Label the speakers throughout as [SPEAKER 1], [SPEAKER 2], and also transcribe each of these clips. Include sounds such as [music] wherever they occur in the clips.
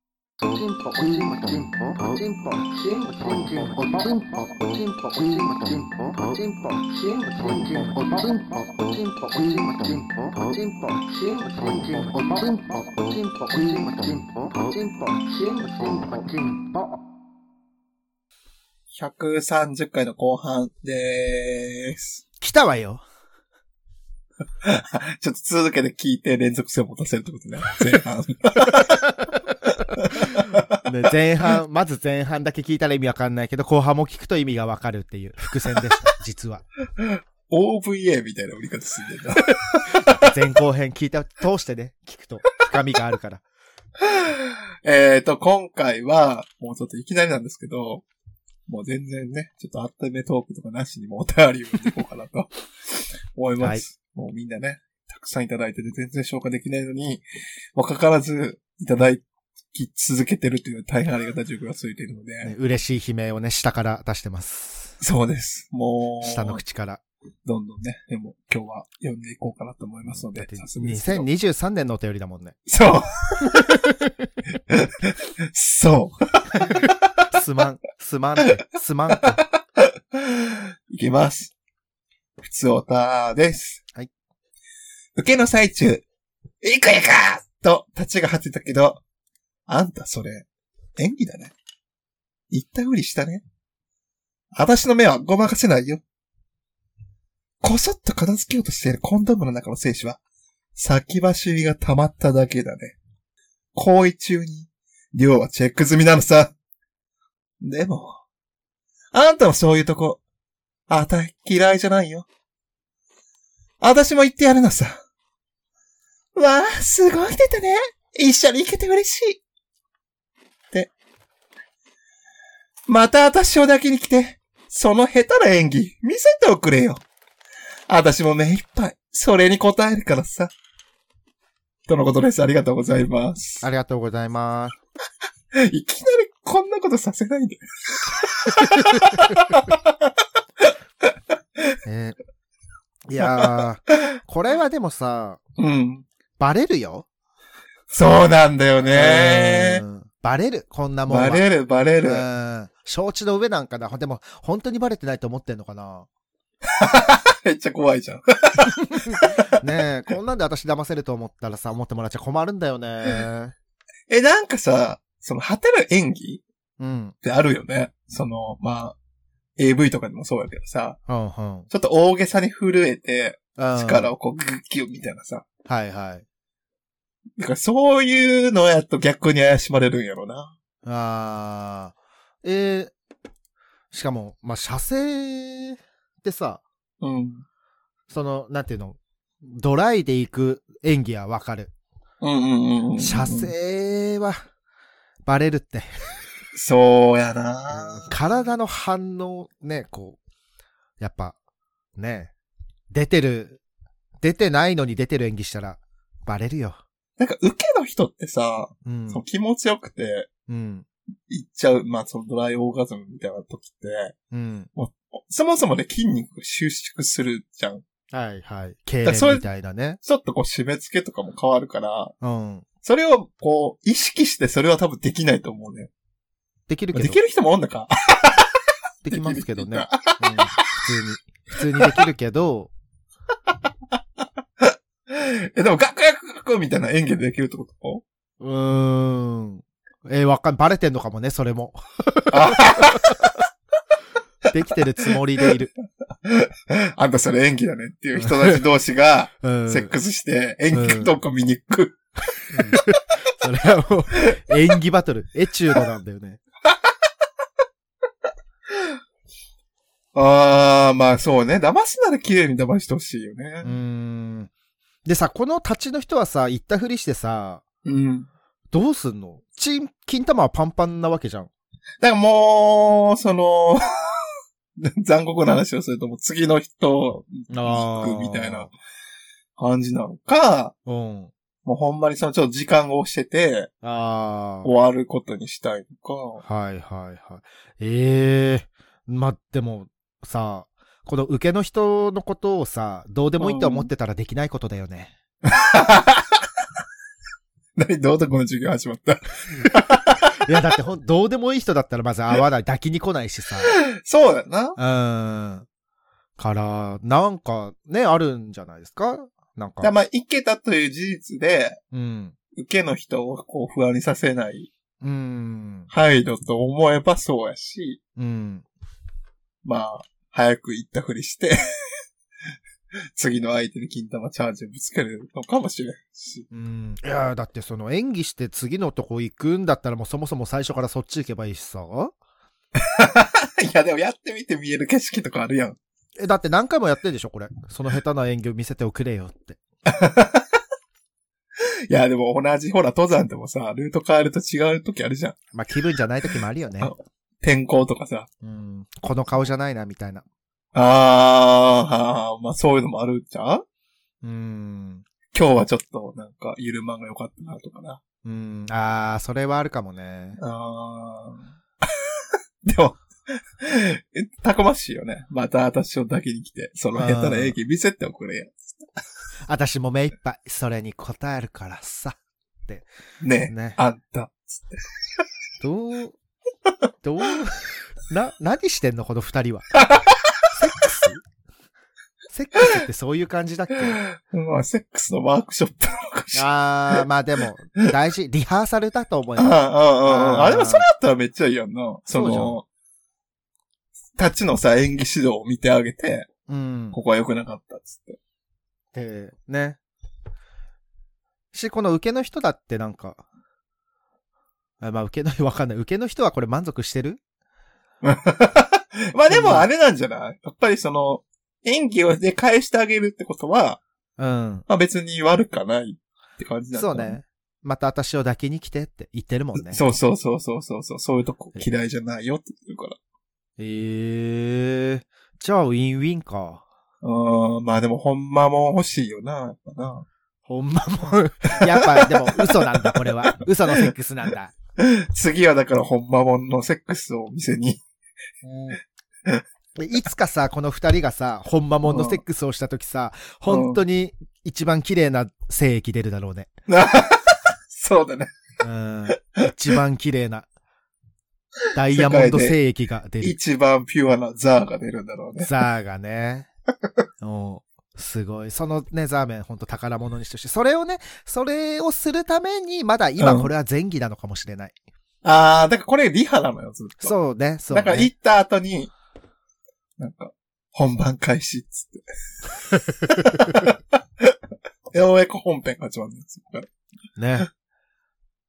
[SPEAKER 1] チンポおチンポチンポおチンポチンポチンポおチンポおチンポおチンポチンポおチンポチンポチンポおチンポおチンポおチンポチンポおチンポチンポチンポおチンポおチンポおチンポチンポおチンポチンポチンポチンポ
[SPEAKER 2] 130回の後半でーす。
[SPEAKER 3] 来たわよ。
[SPEAKER 2] ちょっと続けて聞いて連続性を持たせるってことね。前半。 [laughs]
[SPEAKER 3] で前半、 [laughs] まず前半だけ聞いたら意味わかんないけど、後半も聞くと意味がわかるっていう伏線でした、
[SPEAKER 2] [laughs]
[SPEAKER 3] 実は。
[SPEAKER 2] OVA みたいな売り方すんでんな。 [laughs]
[SPEAKER 3] 前後編聞いた、通してね、聞くと深みがあるから。
[SPEAKER 2] えっと、今回は、もうちょっといきなりなんですけど、もう全然ね、ちょっとあっためトークとかなしにもお便りを読んでいこうかな
[SPEAKER 3] [laughs]
[SPEAKER 2] と思います。もうみんなね、たくさんいただいてて全然消化できないのに、もかかわらずいただき続けてるという大変ありがたい状況が続いているので、
[SPEAKER 3] ね嬉しい悲鳴をね、下から出してます。
[SPEAKER 2] そうです。もう、
[SPEAKER 3] 下の口から。
[SPEAKER 2] どんどんね、でも今日は読んでいこうかなと思いますの
[SPEAKER 3] だ
[SPEAKER 2] で
[SPEAKER 3] って、
[SPEAKER 2] 早速ですけど
[SPEAKER 3] 2023年のお便りだも
[SPEAKER 2] [laughs]
[SPEAKER 3] んね。
[SPEAKER 2] そう。そ
[SPEAKER 3] すまん、すまんって、すまんって。
[SPEAKER 2] う。いきます。ふつおたです。
[SPEAKER 3] はい。
[SPEAKER 2] 受けの最中、いくいくと、立ちが張ってたけど、あんたそれ、演技だね。言ったふりしたね。私の目はごまかせないよ。こそっと片付けようとしているコンドームの中の精子は、先走りが溜まっただけだね。行為中に、量はチェック済みなのさ。でも、あんたもそういうとこ、あたい嫌いじゃないよ。あたしも言ってやるのさ。わあ、すごい出たね。一緒に行けて嬉しい。って。またあたしを抱きに来て、その下手な演技、見せておくれよ。あたしも目いっぱい、それに応えるからさ。とのことです。ありがとうございます。
[SPEAKER 3] ありがとうございます。
[SPEAKER 2] いきなりこんなことさせないんだよ。
[SPEAKER 3] ねいやー、これはでもさ、
[SPEAKER 2] うん。
[SPEAKER 3] バレるよ。
[SPEAKER 2] そうなんだよね
[SPEAKER 3] う。んバレる、こんなもんは。
[SPEAKER 2] バレる、バレる。
[SPEAKER 3] うん。承知の上なんかな。でも、本当にバレてないと思ってんの
[SPEAKER 2] [laughs]
[SPEAKER 3] かな。
[SPEAKER 2] めっちゃ怖いじゃん。
[SPEAKER 3] ねえ、こんなんで私騙せると思ったらさ、思ってもらっちゃ困るんだよね。
[SPEAKER 2] え、なんかさ、その、果てる演技
[SPEAKER 3] うん。
[SPEAKER 2] ってあるよね。その、まあ、AV とかでもそうやけどさ、
[SPEAKER 3] うん、うん。
[SPEAKER 2] ちょっと大げさに震えて、力
[SPEAKER 3] を。
[SPEAKER 2] をこう、グッキュッみたいなさ。
[SPEAKER 3] はいはい。
[SPEAKER 2] だからそういうのやと逆に怪しまれるんやろな。
[SPEAKER 3] あー。えー、しかも、まあ、射精ってさ、
[SPEAKER 2] うん。
[SPEAKER 3] その、なんていうの、ドライで行く演技はわかる。
[SPEAKER 2] うんうんうんうん。
[SPEAKER 3] 射精は、バレるって。
[SPEAKER 2] そうやな
[SPEAKER 3] 体の反応、ね、こう、やっぱ、ね、出てる、出てないのに出てる演技したら、バレるよ。
[SPEAKER 2] なんか、受けの人ってさ、
[SPEAKER 3] うん。
[SPEAKER 2] その気持ちよくて、
[SPEAKER 3] うん。
[SPEAKER 2] いっちゃう、まあ、そのドライオーガズムみたいな時って、
[SPEAKER 3] うん。
[SPEAKER 2] そもそもね、筋肉が収縮するじゃん。
[SPEAKER 3] はいはい。経
[SPEAKER 2] らそれ
[SPEAKER 3] みたいなね。
[SPEAKER 2] ちょっとこう、締め付けとかも変わるから、
[SPEAKER 3] うん。
[SPEAKER 2] それを、こう、意識してそれは多分できないと思うね。
[SPEAKER 3] できるけど。
[SPEAKER 2] できる人もおんのか
[SPEAKER 3] できますけどね。
[SPEAKER 2] で
[SPEAKER 3] うん
[SPEAKER 2] き
[SPEAKER 3] 普通に。普通にできる
[SPEAKER 2] [laughs]
[SPEAKER 3] けど、
[SPEAKER 2] え、でも、ガクガクガクみたいな演技でできるってこと
[SPEAKER 3] うーん。えーわかん、バレてんのかもね、それも。 [laughs] できてるつもりでいる。
[SPEAKER 2] あんたそれ演技だねっていう人たち同士が、
[SPEAKER 3] うん。
[SPEAKER 2] セックスして、演技かどうか見に行く。
[SPEAKER 3] それはもう、演技バトル、エチュードなんだよね。
[SPEAKER 2] あー、まあそうね。騙すなら綺麗に騙してほしいよ
[SPEAKER 3] うー
[SPEAKER 2] ね。
[SPEAKER 3] ん。でさ、この立ちの人はさ、言ったふりしてさ、
[SPEAKER 2] うん。
[SPEAKER 3] どうすんのチン、金玉はパンパンなわけじゃん。
[SPEAKER 2] だからもう、その、 [laughs] 残酷な話をすると、もう次の人に行くみたいな感じなのか、
[SPEAKER 3] うん。
[SPEAKER 2] もうほんまにそのちょっと時間を押してて、
[SPEAKER 3] ああ。
[SPEAKER 2] 終わることにしたいのか。 [laughs]
[SPEAKER 3] はいはいはい。ええまあ、でも、さ、この受けの人のことをさ、どうでもいいと思ってたらできないことだよね。
[SPEAKER 2] 何、どうとこの授業始まった。
[SPEAKER 3] いや、だってほん、どうでもいい人だったらまず会わない、抱きに来ないしさ。
[SPEAKER 2] [laughs] そうだな。
[SPEAKER 3] うん。から、なんか、ね、あるんじゃないですかな
[SPEAKER 2] だ
[SPEAKER 3] ん
[SPEAKER 2] から
[SPEAKER 3] か。
[SPEAKER 2] まあ、いけたという事実で、
[SPEAKER 3] うん。
[SPEAKER 2] 受けの人をこう不安にさせない
[SPEAKER 3] うん。
[SPEAKER 2] 配慮と思えばそうやし、
[SPEAKER 3] うん。
[SPEAKER 2] まあ、早く行ったふりして、 [laughs] 次の相手に金玉チャージをぶつけるのかもしれんし。 [laughs]
[SPEAKER 3] うん。いや、だってその演技して次のとこ行くんだったらもうそもそも最初からそっち行けばいいしさ。
[SPEAKER 2] いや、でもやってみて見える景色とかあるやん。
[SPEAKER 3] え、だって何回もやってんでしょ、これ。その下手な演技を見せておくれよって。
[SPEAKER 2] いや、でも同じほら登山でもさ、ルート変えると違う時あるじゃん。
[SPEAKER 3] まあ、気分じゃない時もあるよね。
[SPEAKER 2] 天候とかさ。
[SPEAKER 3] うん。この顔じゃないな、みたいな。
[SPEAKER 2] あーあー、まあそういうのもあるじゃん
[SPEAKER 3] うん。
[SPEAKER 2] 今日はちょっとなんか、ゆるまんが良かったなとかな。
[SPEAKER 3] うん。あー、それはあるかもね。
[SPEAKER 2] あー [laughs] でも、えたくましいよね。また私を抱きに来て、その下手な演技見せておくれや。
[SPEAKER 3] 私も目いっぱい、それに応えるからさ。
[SPEAKER 2] ねえ、
[SPEAKER 3] ね。
[SPEAKER 2] あんた。
[SPEAKER 3] ど
[SPEAKER 2] [laughs]
[SPEAKER 3] う、どう、な、何してんのこの二人は。セックスセックスってそういう感じだ
[SPEAKER 2] [laughs]
[SPEAKER 3] っけ
[SPEAKER 2] まあ、セックスのワークショップなのかしら。
[SPEAKER 3] あー、まあでも、大事、リハーサルだと思い
[SPEAKER 2] ああ、
[SPEAKER 3] ます。
[SPEAKER 2] ああ、ああ。
[SPEAKER 3] あー
[SPEAKER 2] でもそれだったらめっちゃいいやんな。そ
[SPEAKER 3] そうじゃん
[SPEAKER 2] の、たちのさ、演技指導を見てあげて、
[SPEAKER 3] うん。
[SPEAKER 2] ここは良くなかったっつって。
[SPEAKER 3] で、ね。し、この受けの人だってなんか、あまあ受けの、わ [laughs] かんない。受けの人はこれ満足してる
[SPEAKER 2] まあでもあれなんじゃないやっぱりその、演技をで返してあげるってことは、
[SPEAKER 3] うん。
[SPEAKER 2] まあ別に悪かないって感じなんだ
[SPEAKER 3] そうね。。また私を抱きに来てって言ってるもんね。
[SPEAKER 2] そうそうそうそうそうそう、そういうとこ嫌いじゃないよって言うから。
[SPEAKER 3] ええー。じゃあ、ウィンウィンか。
[SPEAKER 2] うーん、まあでもほんまも欲しいよな、やっぱな。
[SPEAKER 3] ほんまもう、やっぱ、でも、嘘なんだ、これは。嘘のセックスなんだ。
[SPEAKER 2] 次はだからほんまもんのセックスをお店に。 [laughs]
[SPEAKER 3] でいつかさ、この二人がさ、ほんまもんのセックスをしたときさ、
[SPEAKER 2] うん
[SPEAKER 3] 本当に一番綺麗な精液出るだろうね。
[SPEAKER 2] そうだね。
[SPEAKER 3] うん。一番綺麗な。ダイヤモンド精液が出る。
[SPEAKER 2] 一番ピュアなザーが出るんだろうね。
[SPEAKER 3] ザーがね。おすごい。そのね、ザーメン、ほんと宝物にしてほしい。それをね、それをするために、まだ今
[SPEAKER 2] うん
[SPEAKER 3] これは前儀なのかもしれない。
[SPEAKER 2] あー、だからこれリハなのよ、ずっと。う。
[SPEAKER 3] そうね、そう、
[SPEAKER 2] だ
[SPEAKER 3] ね。
[SPEAKER 2] から行った後に、なんか、本番開始っつ
[SPEAKER 3] [laughs]
[SPEAKER 2] って。ようやく本編が始まるんですよ。
[SPEAKER 3] ね。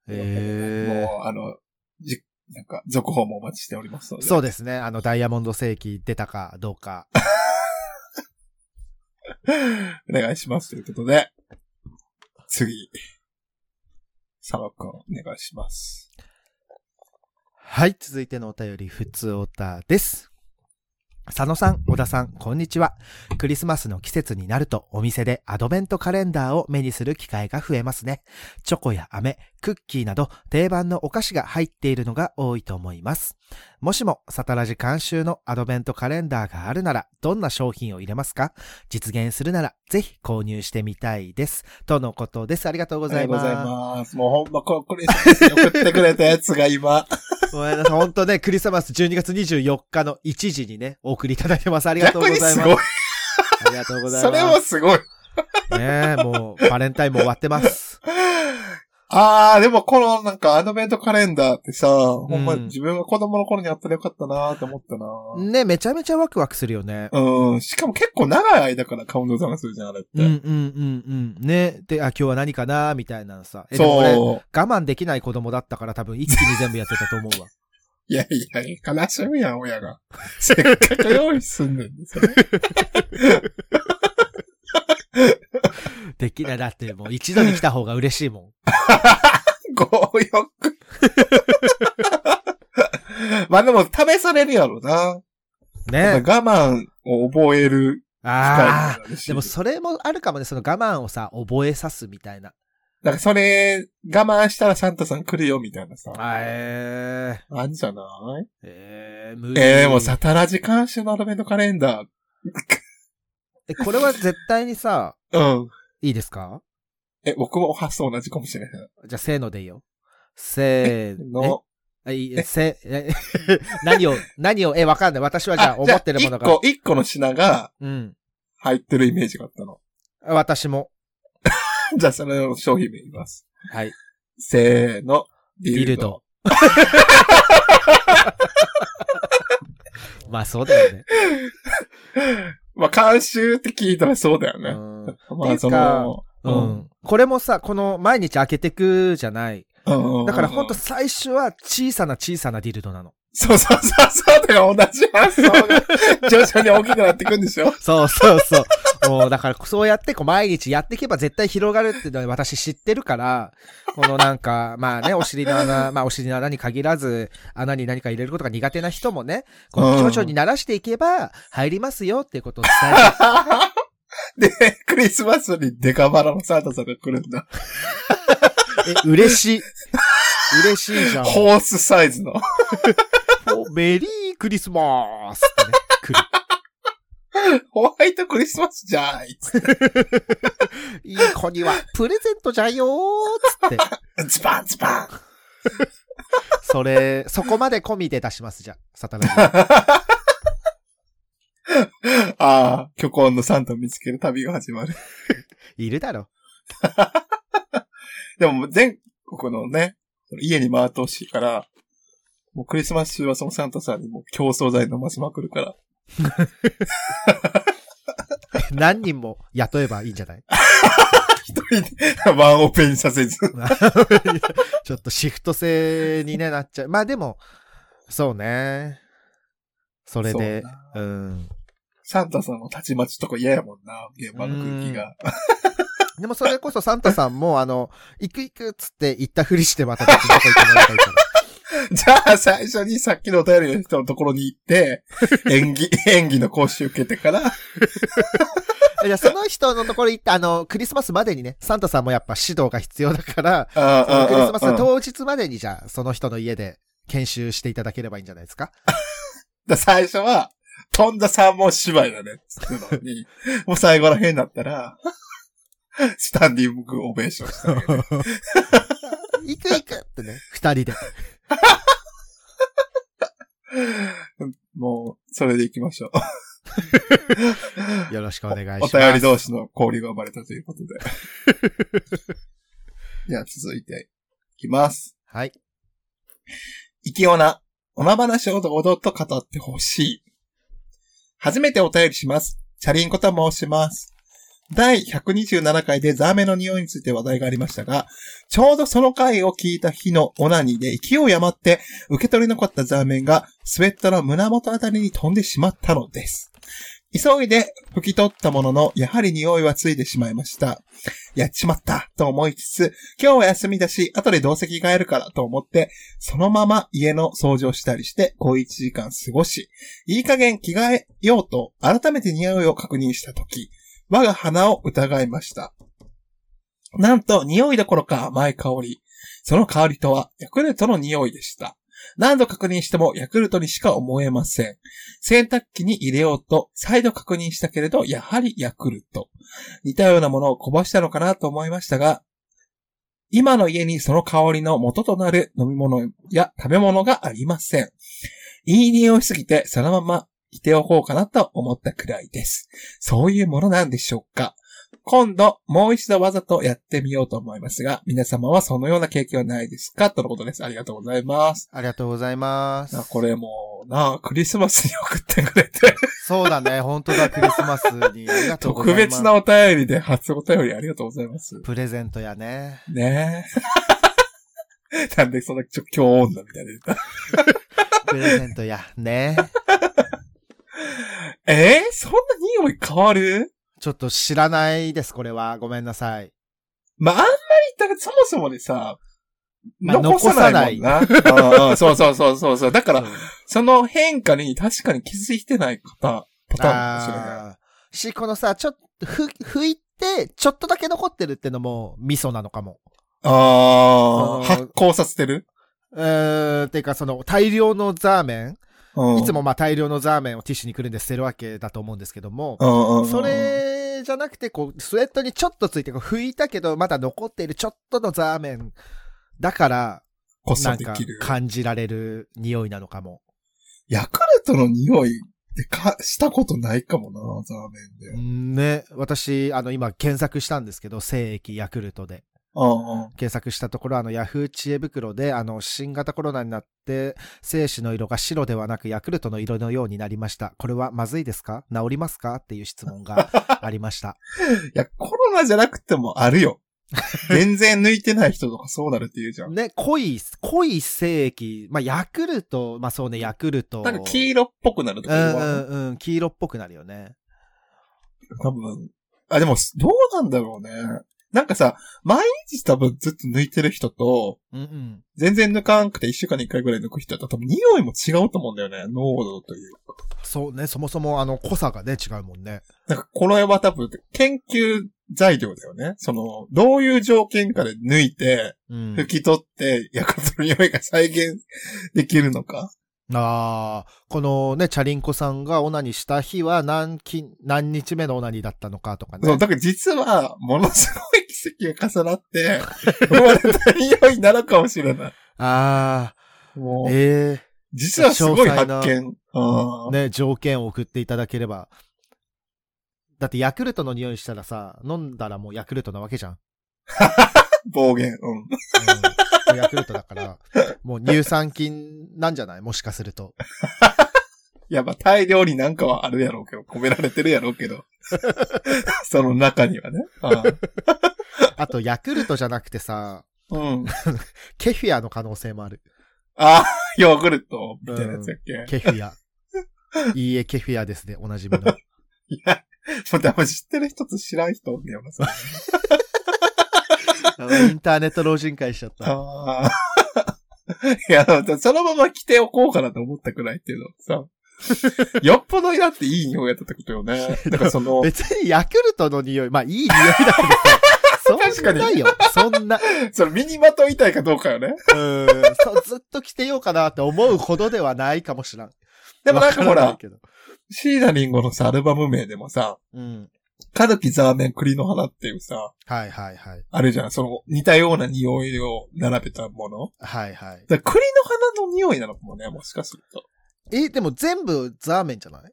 [SPEAKER 3] え
[SPEAKER 2] もう、あの、じ、なんか、続報もお待ちしておりますの
[SPEAKER 3] ー、
[SPEAKER 2] で。。
[SPEAKER 3] そううですね。あの、ダイヤモンド世紀出たかどうか。
[SPEAKER 2] [laughs] お願いします。ということで、次、佐野くん、お願いします。
[SPEAKER 3] はい、続いてのお便り、ふつおたです。佐野さん、小田さん、こんにちは。クリスマスの季節になると、お店でアドベントカレンダーを目にする機会が増えますね。チョコや飴、クッキーなど、定番のお菓子が入っているのが多いと思います。もしも、サタラジ監修のアドベントカレンダーがあるなら、どんな商品を入れますか実現するなら、ぜひ購入してみたいです。とのことです。ありがとうございます。
[SPEAKER 2] ありがとうございます。もうほんま、ここれ、送ってくれたやつが今、
[SPEAKER 3] ごめんなさい。本当ね、クリスマス12月24日の1時にね、お送りいただいてます。ありがとうご
[SPEAKER 2] 逆
[SPEAKER 3] ざい
[SPEAKER 2] に
[SPEAKER 3] ま
[SPEAKER 2] す
[SPEAKER 3] す。
[SPEAKER 2] ごい。
[SPEAKER 3] ありがとうござい
[SPEAKER 2] そ
[SPEAKER 3] ます。
[SPEAKER 2] れもすごい。
[SPEAKER 3] ねえ、もう、バレンタインも終わってます。
[SPEAKER 2] [laughs] あー、でもこのなんかアドベントカレンダーってさ、ほんま
[SPEAKER 3] うん
[SPEAKER 2] 自分が子供の頃にやったらよかったなーって思ったなー
[SPEAKER 3] ねめちゃめちゃワクワクするよね。
[SPEAKER 2] うん、しかも結構長い間からカウントダウンするじゃん、あれって。
[SPEAKER 3] うんうんうんうん。ねで、あ、今日は何かなみたいなのさ。えでも俺我
[SPEAKER 2] そう。
[SPEAKER 3] 慢できない子供だったから多分一気に全部やってたと思うわ。 [laughs]
[SPEAKER 2] いやいやいや、悲しむやん、親が。 [laughs] せっかく用意すんねんで [laughs] それ
[SPEAKER 3] できない。だってもう一度に来た方が嬉しいも
[SPEAKER 2] 強欲。 [laughs] まあでも、試されるやろな。
[SPEAKER 3] ん。
[SPEAKER 2] [laughs] や
[SPEAKER 3] ね
[SPEAKER 2] っぱ我慢を覚える機会に
[SPEAKER 3] あ
[SPEAKER 2] な
[SPEAKER 3] あ。
[SPEAKER 2] るし。
[SPEAKER 3] でもそれもあるかもね、その我慢をさ、覚えさすみたいな。
[SPEAKER 2] なんかそれ、我慢したらサンタさん来るよ、みたいなさ。
[SPEAKER 3] えー。
[SPEAKER 2] あんじゃない
[SPEAKER 3] えー、無理
[SPEAKER 2] えー、でもサタラジ監修のアドベントカレンダ
[SPEAKER 3] え、これは絶対にさ、
[SPEAKER 2] ー。うん。
[SPEAKER 3] いいですか
[SPEAKER 2] え、僕も発想同じかもしれへん。
[SPEAKER 3] じゃあ、せーのでいいよ。せーの。
[SPEAKER 2] の、
[SPEAKER 3] あいいせ、え [laughs] 何を、何を、え、わかんない。私はじゃあ思ってるもの
[SPEAKER 2] じゃあ
[SPEAKER 3] が。
[SPEAKER 2] 一個、一個の品が
[SPEAKER 3] うん。
[SPEAKER 2] 入ってるイメージがあったの。 [laughs]
[SPEAKER 3] 私も。
[SPEAKER 2] じゃあ、それの商品名言います。
[SPEAKER 3] はい。
[SPEAKER 2] せーの。デ
[SPEAKER 3] ビル。ド。 [laughs] まあそうだよね。
[SPEAKER 2] まあ、監修って聞いたらそうだよ
[SPEAKER 3] う
[SPEAKER 2] ね。
[SPEAKER 3] ん。
[SPEAKER 2] まあ、その、
[SPEAKER 3] うん。これもさ、この毎日開けてくじゃない。
[SPEAKER 2] うん。
[SPEAKER 3] だからほんと
[SPEAKER 2] うん
[SPEAKER 3] 最初は小さな小さなディルドなの。
[SPEAKER 2] そうそうそう、そうだよ。同じ発想が徐々に大きくなっていくんでしょ
[SPEAKER 3] そうそうそう。もうだからそうやってこう毎日やっていけば絶対広がるっていうのは私知ってるから、このなんか、まあね、お尻の穴、まあお尻の穴に限らず、穴に何か入れることが苦手な人もね、こう徐々に慣らしていけば入りますよっていうことを伝えて、
[SPEAKER 2] で、クリスマスにデカバラのサンタさんが来るんだ。
[SPEAKER 3] え、嬉しい。嬉しいじゃん。
[SPEAKER 2] ホースサイズの。
[SPEAKER 3] メリークリスマスってね、来る。
[SPEAKER 2] ホワイトクリスマスじゃーいっつっ
[SPEAKER 3] いい子にはプレゼントじゃよーっつって。
[SPEAKER 2] て。ズバンズバン。
[SPEAKER 3] それ、そこまで込みで出しますじゃん。サタナに。
[SPEAKER 2] ああ、虚婚のサンタを見つける旅が始まる。
[SPEAKER 3] いるだろ。
[SPEAKER 2] でも全国のね、家に回ってほしいから、もうクリスマス中はそのサンタさんにもう競争剤飲ましまくるから。
[SPEAKER 3] 何人も雇えばいいんじゃない
[SPEAKER 2] [laughs] 一人で [laughs] ワンオペにさせず。
[SPEAKER 3] ちょっとシフト制に、ね、なっちゃう。まあでも、そうね。それで
[SPEAKER 2] そう、
[SPEAKER 3] うん。
[SPEAKER 2] サンタさんのたちまちとか嫌やもんな、現場の空気が。
[SPEAKER 3] でもそれこそサンタさんも、あの、行く行くっつって行ったふりしてまた別のとこ行ってもらえばいいから。
[SPEAKER 2] じゃあ最初にさっきのお便りの人のところに行
[SPEAKER 3] [laughs]
[SPEAKER 2] って、演技、演技の講習受けてから、 [laughs]
[SPEAKER 3] いや、その人のところ行って、あの、クリスマスまでにね、サンタさんもやっぱ指導が必要だから、
[SPEAKER 2] あ
[SPEAKER 3] そのクリスマス
[SPEAKER 2] だ
[SPEAKER 3] 当日までにじゃあ、その人の家で研修していただければいいんじゃないですか。
[SPEAKER 2] 最初は、飛んだ三本芝居だね、つっての
[SPEAKER 3] [laughs]
[SPEAKER 2] に、もう最後ら辺だったら、スタンディングオベーションしたね。
[SPEAKER 3] 行く行くってね、二人で。
[SPEAKER 2] もう、それで行きましょう。
[SPEAKER 3] よろし [laughs] くお願いし
[SPEAKER 2] お
[SPEAKER 3] ます。
[SPEAKER 2] 便り同士の交流が生まれたということ
[SPEAKER 3] [laughs]
[SPEAKER 2] で。じゃあ続いていきます。
[SPEAKER 3] はい。
[SPEAKER 2] 生きおな、おな話を堂々と語ってほしい。初めてお便りします。チャリンコと申します。第127回でザーメンの匂いについて話題がありましたが、ちょうどその回を聞いた日のオナニーで勢い余って受け取れなかったザーメンがスウェットの胸元あたりに飛んでしまったのです。急いで拭き取ったものの、やはり匂いはついてしまいました。やっちまったと思いつつ、今日は休みだし、後で同席がえるからと思って、そのまま家の掃除をしたりして、こう1時間過ごし、いい加減着替えようと、改めて匂いを確認したとき、我が鼻を疑いました。なんと、匂いどころか甘い香り。その香りとは、ヤクルトの匂いでした。何度確認してもヤクルトにしか思えません。洗濯機に入れようと、再度確認したけれど、やはりヤクルト。似たようなものをこぼしたのかなと思いましたが、今の家にその香りの元となる飲み物や食べ物がありません。いい匂いしすぎてそのままいておこうかなと思ったくらいです。そういうものなんでしょうか今度、もう一度わざとやってみようと思いますが、皆様はそのような経験はないですかとのことです。ありがとうございます。
[SPEAKER 3] ありがとうございます
[SPEAKER 2] あ。これもう、なあ、クリスマスに送ってくれて、
[SPEAKER 3] そう
[SPEAKER 2] [laughs]
[SPEAKER 3] だね、本当だ、クリスマスに。ありがとうござ
[SPEAKER 2] 特
[SPEAKER 3] います。
[SPEAKER 2] 別なお便りで初お便りありがとうございます。
[SPEAKER 3] プレゼントやね。
[SPEAKER 2] ね [laughs] え。なんでそんな、ちょ、今日女みたいな。
[SPEAKER 3] プレゼントやね。
[SPEAKER 2] えー、そんな匂い変わる
[SPEAKER 3] ちょっと知らないです、これは。ごめんなさい。
[SPEAKER 2] まあ、あんまり、だからそもそもでさ、
[SPEAKER 3] まあ
[SPEAKER 2] 残さないもんな。うんうんそうそうそうそうそう。だから、その変化に確かに気づいてない方、パターンかもしれない。
[SPEAKER 3] あーし、このさ、ちょっと、ふ、拭いて、ちょっとだけ残ってるってのも、味噌なのかも。
[SPEAKER 2] ああ、
[SPEAKER 3] その
[SPEAKER 2] 発酵させてる、
[SPEAKER 3] うーん、ていうか、その、大量のザーメ
[SPEAKER 2] うん
[SPEAKER 3] ン、いつもまあ大量のザーメンをティッシュにくるんで捨てるわけだと思うんですけども、
[SPEAKER 2] うんうんうん、
[SPEAKER 3] それじゃなくて、こう、スウェットにちょっとついて、こう、拭いたけど、まだ残っているちょっとのザーメンだから、
[SPEAKER 2] こっそり
[SPEAKER 3] なん
[SPEAKER 2] で
[SPEAKER 3] か
[SPEAKER 2] きる。
[SPEAKER 3] 感じられる匂いなのかも。
[SPEAKER 2] ヤクルトの匂いってか、したことないかもな、ザーメンで。
[SPEAKER 3] ね、私、あの、今検索したんですけど、精液ヤクルトで。
[SPEAKER 2] うんうん。
[SPEAKER 3] 検索したところ、あの、ヤフー知恵袋で、あの、新型コロナになって、精子の色が白ではなく、ヤクルトの色のようになりました。これはまずいですか治りますかっていう質問 [laughs] がありました。
[SPEAKER 2] いや、コロナじゃなくてもある
[SPEAKER 3] [laughs]
[SPEAKER 2] よ。全然抜いてない人とかそうなるって言うじゃん。
[SPEAKER 3] ね、濃い、濃い精液、まあ、ヤクルト、まあ、そうね、ヤクルト。
[SPEAKER 2] なんか黄色っぽくなると
[SPEAKER 3] う
[SPEAKER 2] か言
[SPEAKER 3] ん
[SPEAKER 2] う
[SPEAKER 3] う
[SPEAKER 2] わ
[SPEAKER 3] んうん、黄色っぽくなるよね。
[SPEAKER 2] 多分。あ、でも、どうなんだろうね。なんかさ、毎日多分ずっと抜いてる人と、
[SPEAKER 3] うんうん。
[SPEAKER 2] 全然抜かんくて一週間に一回ぐらい抜く人だと多分匂いも違うと思うんだよね。濃度というか。
[SPEAKER 3] そうね、そもそもあの濃さがね、違うもんね。
[SPEAKER 2] なんかこれは多分研究材料だよね。その、どういう条件かで抜いて、
[SPEAKER 3] うん。
[SPEAKER 2] 拭き取って、ヤクルトの匂いが再現できるのか。
[SPEAKER 3] ああ、このね、チャリンコさんがオナニした日は何き、何日目のオナニだったのかとか
[SPEAKER 2] そう、
[SPEAKER 3] ね。
[SPEAKER 2] だから実は、ものすごい奇跡が重なって、生まれた匂いなのかもしれ [laughs] ない。
[SPEAKER 3] あ
[SPEAKER 2] も
[SPEAKER 3] あ、
[SPEAKER 2] う、
[SPEAKER 3] え
[SPEAKER 2] 実はすごい発
[SPEAKER 3] 詳細
[SPEAKER 2] 見。あ
[SPEAKER 3] え
[SPEAKER 2] ー
[SPEAKER 3] ね、条件を送っていただければ。だってヤクルトの匂いしたらさ、飲んだらもうヤクルトなわけじゃん。
[SPEAKER 2] 暴言。うん。
[SPEAKER 3] うん、ヤクルトだから、もう乳酸菌なんじゃないもしかすると。
[SPEAKER 2] いや、まあ、大量になんかはあるやろうけど、込められてるやろうけ
[SPEAKER 3] [laughs]
[SPEAKER 2] ど。その中にはね。あー
[SPEAKER 3] あと、ヤクルトじゃなくてさ、
[SPEAKER 2] うん。
[SPEAKER 3] ケフィアの可能性もある。
[SPEAKER 2] あーヨーグルトみたいなやつやっけ。
[SPEAKER 3] ケフ
[SPEAKER 2] [laughs]
[SPEAKER 3] ィア。いいえ、ケフィアですね、おなじみの。
[SPEAKER 2] いや、もう多分知ってる人と知らん人おんねやろな、それ
[SPEAKER 3] あのインターネット老人会しちゃった。
[SPEAKER 2] あーいや、そのまま着ておこうかなと思ったくらいっていうのさ。よっぽどだっていい匂いやったってことよね。だからそ
[SPEAKER 3] [laughs]
[SPEAKER 2] の、
[SPEAKER 3] 別にヤクルトの匂い、まあいい匂いだ
[SPEAKER 2] [laughs]
[SPEAKER 3] けどさ、そんなないよ。そんな、
[SPEAKER 2] その身にまといたいかどうかよね。
[SPEAKER 3] うん、そうずっと着てようかなって思うほどではないかもしらん。
[SPEAKER 2] でもなんかほ
[SPEAKER 3] わら
[SPEAKER 2] ら
[SPEAKER 3] ない、けど
[SPEAKER 2] シーダリンゴのさ、アルバム名でもさ、
[SPEAKER 3] うん。
[SPEAKER 2] カルキザーメン栗の花っていうさ、
[SPEAKER 3] はいはいはい。
[SPEAKER 2] あるじゃん。その似たような匂いを並べたもの。
[SPEAKER 3] はいはい。
[SPEAKER 2] だから栗の花の匂いなのかもね、もしかすると。 [laughs]
[SPEAKER 3] え、でも全部ザーメンじゃない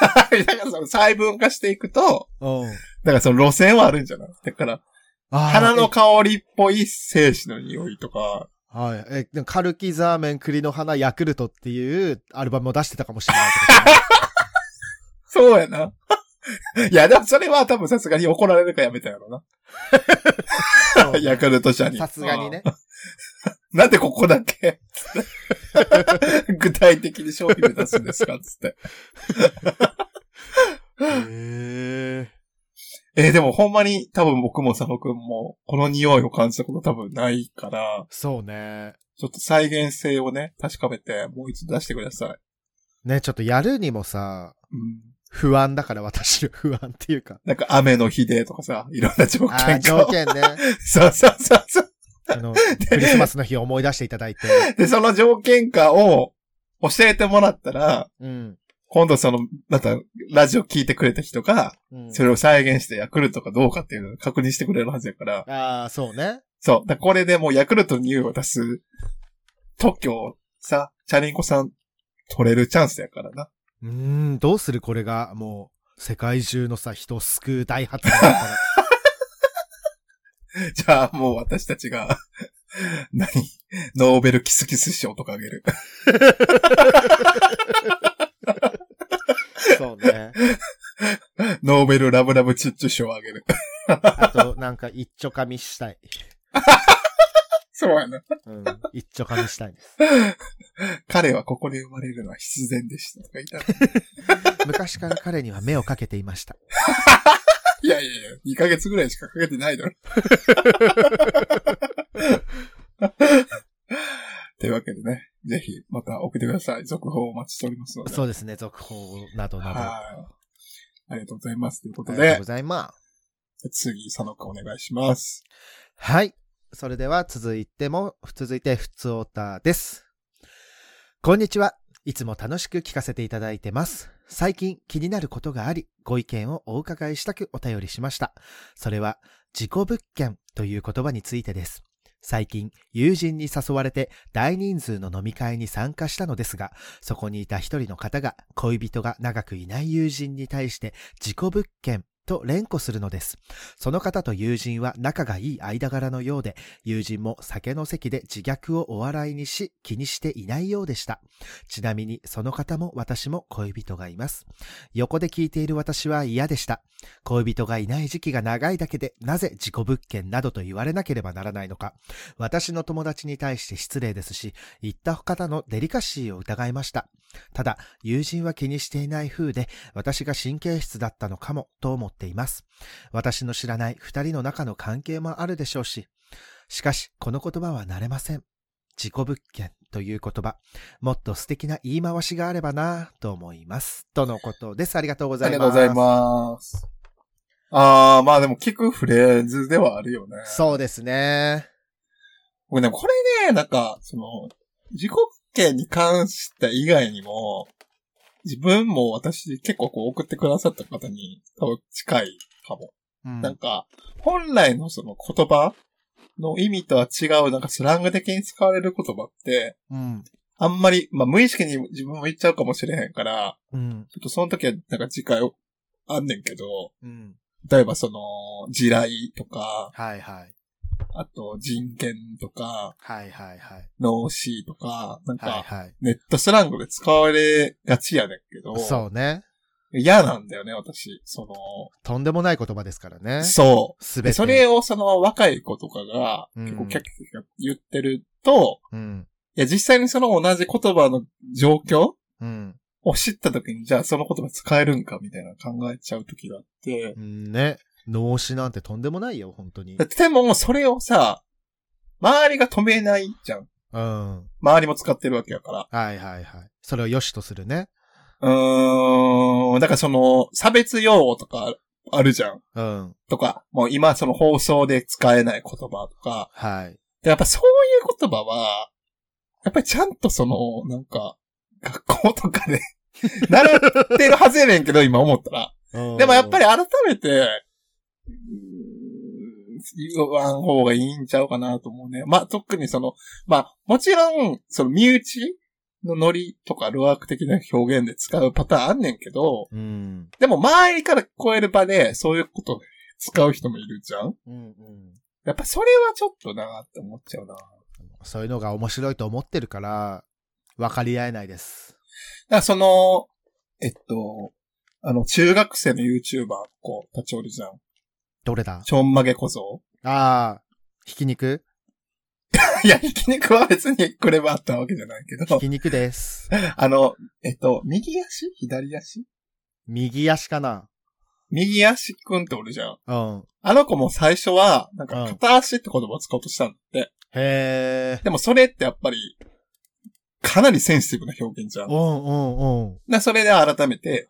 [SPEAKER 2] だからその細分化していくと、
[SPEAKER 3] うん。
[SPEAKER 2] だからその路線はあるんじゃないだから、
[SPEAKER 3] あー
[SPEAKER 2] 花の香りっぽい精子の匂いとか、
[SPEAKER 3] えはい。え、でもカルキザーメン、栗の花、ヤクルトっていうアルバムを出してたかもしれないってこ
[SPEAKER 2] そうやな。 [laughs] いや、でもそれは多分さすがに怒られるからやめたやろな。
[SPEAKER 3] とね
[SPEAKER 2] [laughs] ヤクルト社に。
[SPEAKER 3] さすがにね。
[SPEAKER 2] うん。なんでここだけ [laughs] 具体的に商品目指すんですかつって。
[SPEAKER 3] へ
[SPEAKER 2] えーでもほんまに多分僕も佐野くんもこの匂いを感じたこと多分ないから、
[SPEAKER 3] そうね。
[SPEAKER 2] ちょっと再現性をね、確かめてもう一度出してください。
[SPEAKER 3] ね、ちょっとやるにもさ、
[SPEAKER 2] うん。
[SPEAKER 3] 不安だから私は不安っていうか。
[SPEAKER 2] なんか雨の日でとかさ、いろんな条
[SPEAKER 3] ああ、
[SPEAKER 2] 件
[SPEAKER 3] 条
[SPEAKER 2] が。 [laughs]
[SPEAKER 3] 件ね。
[SPEAKER 2] そうそうそうそう。
[SPEAKER 3] [laughs] あの、クリスマスの日を思い出していただいて。
[SPEAKER 2] で、その条件下を教えてもらったら、
[SPEAKER 3] うん。
[SPEAKER 2] 今度その、また、ラジオ聞いてくれた人が、
[SPEAKER 3] うん、
[SPEAKER 2] それを再現してヤクルトかどうかっていうのを確認してくれるはずやから、
[SPEAKER 3] ああ、そうね。
[SPEAKER 2] そう。だからこれでもうヤクルトの匂いを出す特許をさ、チャリンコさん取れるチャンスやからな。 [laughs]
[SPEAKER 3] うーん、どうするこれが、もう、世界中のさ、人を救う大発明だから。
[SPEAKER 2] じゃあもう私たちが、 [laughs] 何ノーベルキスキス賞とかあげる。
[SPEAKER 3] [laughs]
[SPEAKER 2] [laughs]
[SPEAKER 3] そうね。
[SPEAKER 2] ノーベルラブラブチュッチュ賞あげる。 [laughs]
[SPEAKER 3] あと、なんか、一丁噛みしたい。
[SPEAKER 2] そうやな。
[SPEAKER 3] うん。一丁噛みしたいです。
[SPEAKER 2] 彼はここで生まれるのは必然でしたとか言ったら。 [laughs]
[SPEAKER 3] 昔から彼には目をかけていました。
[SPEAKER 2] いやいやいや、2ヶ月ぐらいしかかけてないだろ。 [laughs] というわけでね、ぜひまた送ってください。続報をお待ちしておりますので。
[SPEAKER 3] そうですね、続報などなど。あ
[SPEAKER 2] はい。ありがとうございます。ということ
[SPEAKER 3] りがとう
[SPEAKER 2] で
[SPEAKER 3] ご、ざいます。
[SPEAKER 2] 次、佐野くんお願いします。
[SPEAKER 3] はい。それでは続いても、続いて、ふつおたです。こんにちは。いつも楽しく聞かせていただいてます。最近気になることがあり、ご意見をお伺いしたくお便りしました。それは、自己物件という言葉についてです。最近、友人に誘われて大人数の飲み会に参加したのですが、そこにいた一人の方が恋人が長くいない友人に対して自己物件と連呼するのです。その方と友人は仲がいい間柄のようで、友人も酒の席で自虐をお笑いにし気にしていないようでした。ちなみにその方も私も恋人がいます。横で聞いている私は嫌でした。恋人がいない時期が長いだけで、なぜ自己物件などと言われなければならないのか。私の友達に対して失礼ですし、言った方のデリカシーを疑いました。ただ、友人は気にしていない風で、私が神経質だったのかも、と思っています。私の知らない二人の中の関係もあるでしょうし。しかし、この言葉は慣れません。自己物件という言葉、もっと素敵な言い回しがあればなぁと思います。とのことです。ありがとうござ
[SPEAKER 2] あ
[SPEAKER 3] い
[SPEAKER 2] り
[SPEAKER 3] ます。
[SPEAKER 2] がとうございます。ああ、まあでも聞くフレーズではあるよね。
[SPEAKER 3] そうですね。
[SPEAKER 2] 僕ね、これね、なんか、その、自己物件に関して以外にも、自分も私結構こう送ってくださった方に多分近いかも。
[SPEAKER 3] うん
[SPEAKER 2] なんか、本来のその言葉の意味とは違う、なんかスラング的に使われる言葉って、
[SPEAKER 3] うん。
[SPEAKER 2] あんまり、まあ無意識に自分も言っちゃうかもしれへんから、
[SPEAKER 3] うん。
[SPEAKER 2] ちょっとその時はなんか次回あんねんけど、
[SPEAKER 3] うん。
[SPEAKER 2] 例えばその、地雷とか、
[SPEAKER 3] はいはい。
[SPEAKER 2] あと人権とか、
[SPEAKER 3] はいはいはい。
[SPEAKER 2] 脳死とか、なん
[SPEAKER 3] はい
[SPEAKER 2] か、
[SPEAKER 3] はい。
[SPEAKER 2] ネットスラングで使われがちやねんけど、
[SPEAKER 3] そうね。
[SPEAKER 2] 嫌なんだよね、私。そ
[SPEAKER 3] とんでもない言葉ですからね
[SPEAKER 2] の、。そう。
[SPEAKER 3] すべ
[SPEAKER 2] で、
[SPEAKER 3] て。
[SPEAKER 2] それをその若い子とかが、
[SPEAKER 3] うん
[SPEAKER 2] 結構キャッキャキャッキャ言ってると、
[SPEAKER 3] うん。
[SPEAKER 2] いや、実際にその同じ言葉の状況
[SPEAKER 3] うん。
[SPEAKER 2] を知った時に、じゃあその言葉使えるんかみたいな考えちゃう時があって、
[SPEAKER 3] ね。脳死なんてとんでもないよ、本
[SPEAKER 2] [laughs]
[SPEAKER 3] 当に。
[SPEAKER 2] でも、それをさ、周りが止めないじゃん。
[SPEAKER 3] うん。
[SPEAKER 2] 周りも使ってるわけやから。
[SPEAKER 3] はいはいはい。それを良しとするね。
[SPEAKER 2] うーん、だからその、差別用語とかあるじゃん。
[SPEAKER 3] うん。
[SPEAKER 2] とか、もう今その放送で使えない言葉とか、
[SPEAKER 3] はい。
[SPEAKER 2] でやっぱそういう言葉は、やっぱりちゃんとその、なんか、学校とかで、 [laughs] 習ってるはずやねんけど、今思ったら。でもやっぱ
[SPEAKER 3] り、
[SPEAKER 2] り改めて、うーん言わん方がいいんちゃうかなと思うね。まあ、特にその、まあ、もちろん、その身内のノリとかルアーク的な表現で使うパターンあんねんけど、
[SPEAKER 3] うん。
[SPEAKER 2] でも周りから聞こえる場で、そういうことで使う人もいるじゃん
[SPEAKER 3] うんうん。
[SPEAKER 2] やっぱそれはちょっとなって思っちゃうな。
[SPEAKER 3] そういうのが面白いと思ってるから、分かり合えないです。
[SPEAKER 2] だからその、えっと、あの、中学生の YouTuber、こう、立ち寄りじゃん。
[SPEAKER 3] どれだ
[SPEAKER 2] ちょんまげ小僧。 [laughs]
[SPEAKER 3] ああ、ひき肉
[SPEAKER 2] いや、ひき肉は別にこれはあったわけじゃないけ
[SPEAKER 3] ひ
[SPEAKER 2] ど、
[SPEAKER 3] き肉です。
[SPEAKER 2] [laughs] あの、えっと、右足左足
[SPEAKER 3] 右足かな
[SPEAKER 2] 右足くんっておるじゃん。
[SPEAKER 3] うん。
[SPEAKER 2] あの子も最初は、なん
[SPEAKER 3] う
[SPEAKER 2] か、
[SPEAKER 3] ん
[SPEAKER 2] 片足って言葉を使おうとしたんだって。
[SPEAKER 3] へえ。
[SPEAKER 2] でもそれってやっぱり、かなりセンシティブな表現じゃん。だ
[SPEAKER 3] う
[SPEAKER 2] か
[SPEAKER 3] んうんうん。
[SPEAKER 2] らそれで改めて、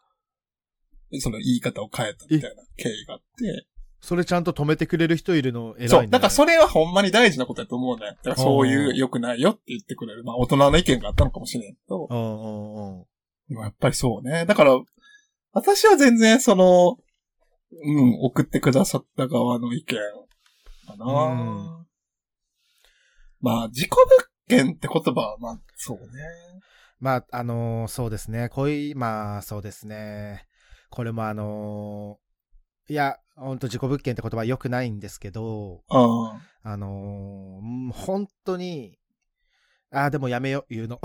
[SPEAKER 2] その言い方を変えたみたいな経緯があって、
[SPEAKER 3] それちゃんと止めてくれる人いるの偉いね。
[SPEAKER 2] そう。だからそれはほんまに大事なことだと思うね。だからそういう良くないよって言ってくれる。まあ大人の意見があったのかもしれんけど。
[SPEAKER 3] うんうんうん。
[SPEAKER 2] でもやっぱりそうね。だから、私は全然その、うん、送ってくださった側の意見かな。
[SPEAKER 3] うん
[SPEAKER 2] まあ、自己物件って言葉はまあ、そうね。
[SPEAKER 3] まあ、あのーそうですね。恋、まあ、そうですね。これもあのーいや、ほんと自己物件って言葉良くないんですけど、
[SPEAKER 2] うん。
[SPEAKER 3] あのーうん本当に、ああ、でもやめよ、言
[SPEAKER 2] [laughs]
[SPEAKER 3] うの。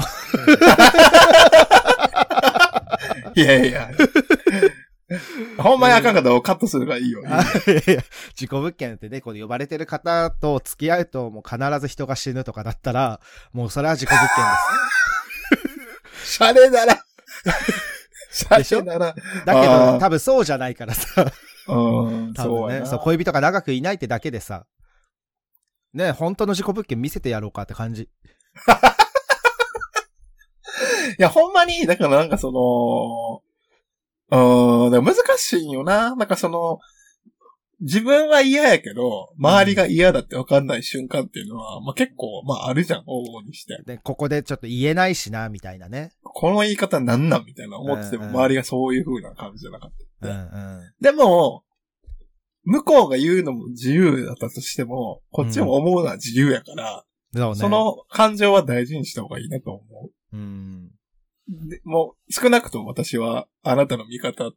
[SPEAKER 2] いやい
[SPEAKER 3] [laughs]
[SPEAKER 2] や。ほんまにあかんかったらカットするからいいよ。
[SPEAKER 3] あいやいや自己物件ってね、こう呼ばれてる方と付き合うと、もう必ず人が死ぬとかだったら、もうそれは自己物件
[SPEAKER 2] シャレなら。シ
[SPEAKER 3] でし
[SPEAKER 2] ャ
[SPEAKER 3] ょ
[SPEAKER 2] レなら。
[SPEAKER 3] です。だけ
[SPEAKER 2] あ
[SPEAKER 3] ど、
[SPEAKER 2] ー
[SPEAKER 3] 多分そうじゃないから
[SPEAKER 2] [laughs]
[SPEAKER 3] さ。
[SPEAKER 2] うん、
[SPEAKER 3] 多分ね。そう、
[SPEAKER 2] こ
[SPEAKER 3] 恋人が長くいないってだけでさ、ね、本当の自己物件見せてやろうかって感じ。
[SPEAKER 2] いや、ほんまに、だからなんかその、うーん、でも難しいよな。なんかその、自分は嫌やけど、周りが嫌だって分かんない瞬間っていうのは、まあ結構、まああるじゃん、往々にして。
[SPEAKER 3] で、ここでちょっと言えないしな、みたいなね。
[SPEAKER 2] この言い方なんなんみたいな思ってても、
[SPEAKER 3] うんうん
[SPEAKER 2] 周りがそういう風な感じじゃなかった。
[SPEAKER 3] うんうん。
[SPEAKER 2] でも、向こうが言うのも自由だったとしても、こっちも思うのは自由やから、
[SPEAKER 3] そうね。
[SPEAKER 2] そ、の感情は大事にした方がいいなと思う。
[SPEAKER 3] うん。
[SPEAKER 2] でもう、少なくとも私はあなたの味方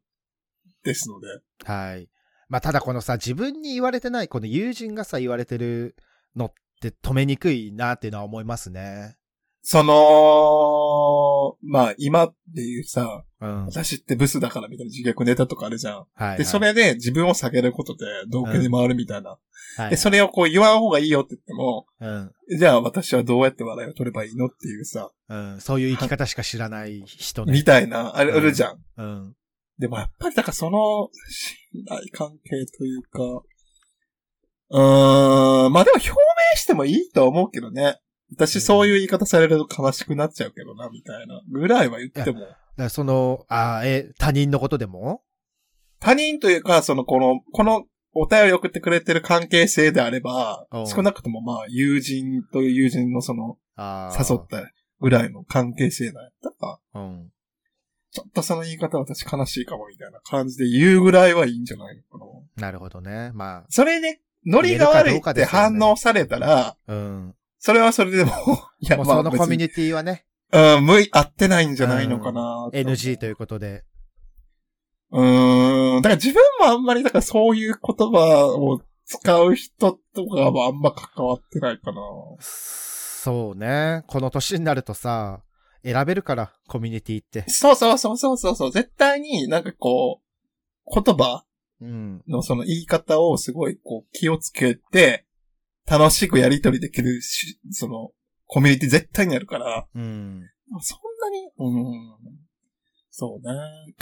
[SPEAKER 2] ですので。
[SPEAKER 3] はい。まあ、ただこのさ、自分に言われてない、この友人がさ、言われてるのって止めにくいなっていうのは思いますね。
[SPEAKER 2] その、まあ今っていうさ、
[SPEAKER 3] うん。はい、
[SPEAKER 2] 私ってブスだからみたいな自虐ネタとかあるじゃん。
[SPEAKER 3] はい。
[SPEAKER 2] で、それで自分を下げることで同居に回るみたいな。
[SPEAKER 3] はい、
[SPEAKER 2] で、それをこう言わん方がいいよって言っても、
[SPEAKER 3] うん。
[SPEAKER 2] じゃあ私はどうやって笑いを取ればいいのっていうさ、
[SPEAKER 3] うん。そういう生き方しか知らない人ね。
[SPEAKER 2] みたいな、あれ、
[SPEAKER 3] うん
[SPEAKER 2] あるじゃん。
[SPEAKER 3] うん。
[SPEAKER 2] でもやっぱりだからその信頼関係というか、うーん、まあでも表明してもいいとは思うけどね。私そういう言い方されると悲しくなっちゃうけどな、みたいなぐらいは言っても。
[SPEAKER 3] だからその、あーえ、他人のことでも
[SPEAKER 2] 他人というか、そのこの、このお便り送ってくれてる関係性であれば
[SPEAKER 3] う、ん
[SPEAKER 2] 少なくともまあ友人という友人のその
[SPEAKER 3] ああ。
[SPEAKER 2] 誘ったぐらいの関係性なんやったら、
[SPEAKER 3] た。うん。
[SPEAKER 2] ちょっとその言い方私悲しいかもみたいな感じで言うぐらいはいいんじゃないのかな。
[SPEAKER 3] なるほどね。ま
[SPEAKER 2] それで、ノリが悪いって反応されたら、
[SPEAKER 3] あ、うん。
[SPEAKER 2] それはそれでも、 [laughs] いや、
[SPEAKER 3] もう
[SPEAKER 2] まあ
[SPEAKER 3] その
[SPEAKER 2] 別
[SPEAKER 3] コミュ
[SPEAKER 2] に、
[SPEAKER 3] ニティ
[SPEAKER 2] [laughs]
[SPEAKER 3] はね、
[SPEAKER 2] うん、向い、合ってないんじゃないのかな。
[SPEAKER 3] NG ということで。
[SPEAKER 2] うーん、だから自分もあんまり、だからそういう言葉を使う人とかはあんま関わってないかな。
[SPEAKER 3] そうね。この年になるとさ、選べるから、コミュニティって。
[SPEAKER 2] そうそうそうそうそうそう、絶対になんかこう、言葉
[SPEAKER 3] うん。
[SPEAKER 2] のその言い方をすごいこう気をつけて、楽しくやりとりできるし、その、コミュニティ絶対にあるから、
[SPEAKER 3] うん。
[SPEAKER 2] そんなに、うん。そうね。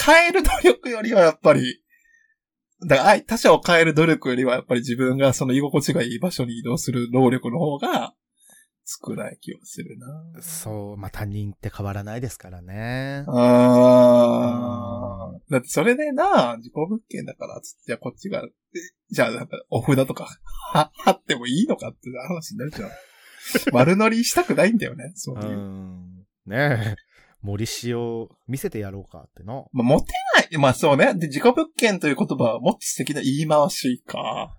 [SPEAKER 2] 変える努力よりはやっぱり、だからあい他者を変える努力よりはやっぱり自分がその居心地がいい場所に移動する能力の方が少ない気はするな。
[SPEAKER 3] そう、まあ、他人って変わらないですからね。
[SPEAKER 2] あー。だってそれでな、自己物件だから、つってじゃあこっちが、えじゃあなんかお札とか、は、貼ってもいいのかって話になるじゃん。丸乗りしたくないんだよね、そう
[SPEAKER 3] う
[SPEAKER 2] いう。
[SPEAKER 3] ん。ねえ。 [laughs] 森塩見せてやろうかってな。
[SPEAKER 2] まあ、モテない。まあそうね。で、自己物件という言葉は持つ的な言い回しか。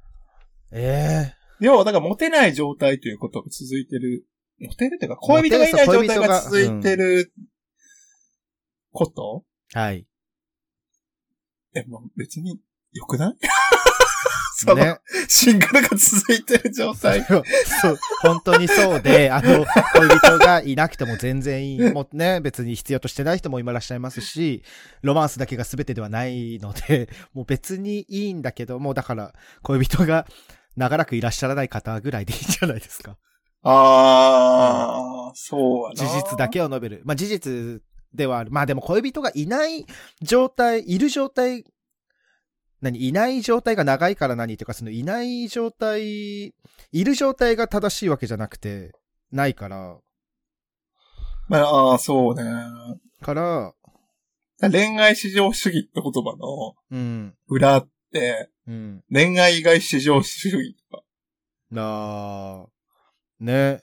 [SPEAKER 3] え
[SPEAKER 2] 要は、だからモテない状態ということが続いてる。モテるっていうか、恋人がいない
[SPEAKER 3] モ
[SPEAKER 2] 状
[SPEAKER 3] テる
[SPEAKER 2] 態
[SPEAKER 3] そう恋人
[SPEAKER 2] が
[SPEAKER 3] が
[SPEAKER 2] 続いてること、
[SPEAKER 3] えはい。
[SPEAKER 2] え、もう別に良くない [laughs] その、
[SPEAKER 3] ね。
[SPEAKER 2] シングルが続いてる状態。
[SPEAKER 3] そう、本当にそう [laughs] で、あと、恋人がいなくても全然いい。もうね、別に必要としてない人も今いらっしゃいますし、ロマンスだけが全てではないので、 [laughs] もう別にいいんだけど、もうだから、恋人が長らくいらっしゃらない方ぐらいでいいんじゃないですか。
[SPEAKER 2] あー、そうや
[SPEAKER 3] 事
[SPEAKER 2] な
[SPEAKER 3] 実だ。けを述べる。まあ事実ではある。まあでも恋人がいない状態、いる状態、何いない状態が長いから何っていうか、そのいない状態、いる状態が正しいわけじゃなくて、ないから、
[SPEAKER 2] まあ、あーそうね。
[SPEAKER 3] から、
[SPEAKER 2] 恋愛至上主義って言葉の
[SPEAKER 3] うん、
[SPEAKER 2] 裏って、
[SPEAKER 3] うん、
[SPEAKER 2] 恋愛以外至上主義とか
[SPEAKER 3] なあ、ね。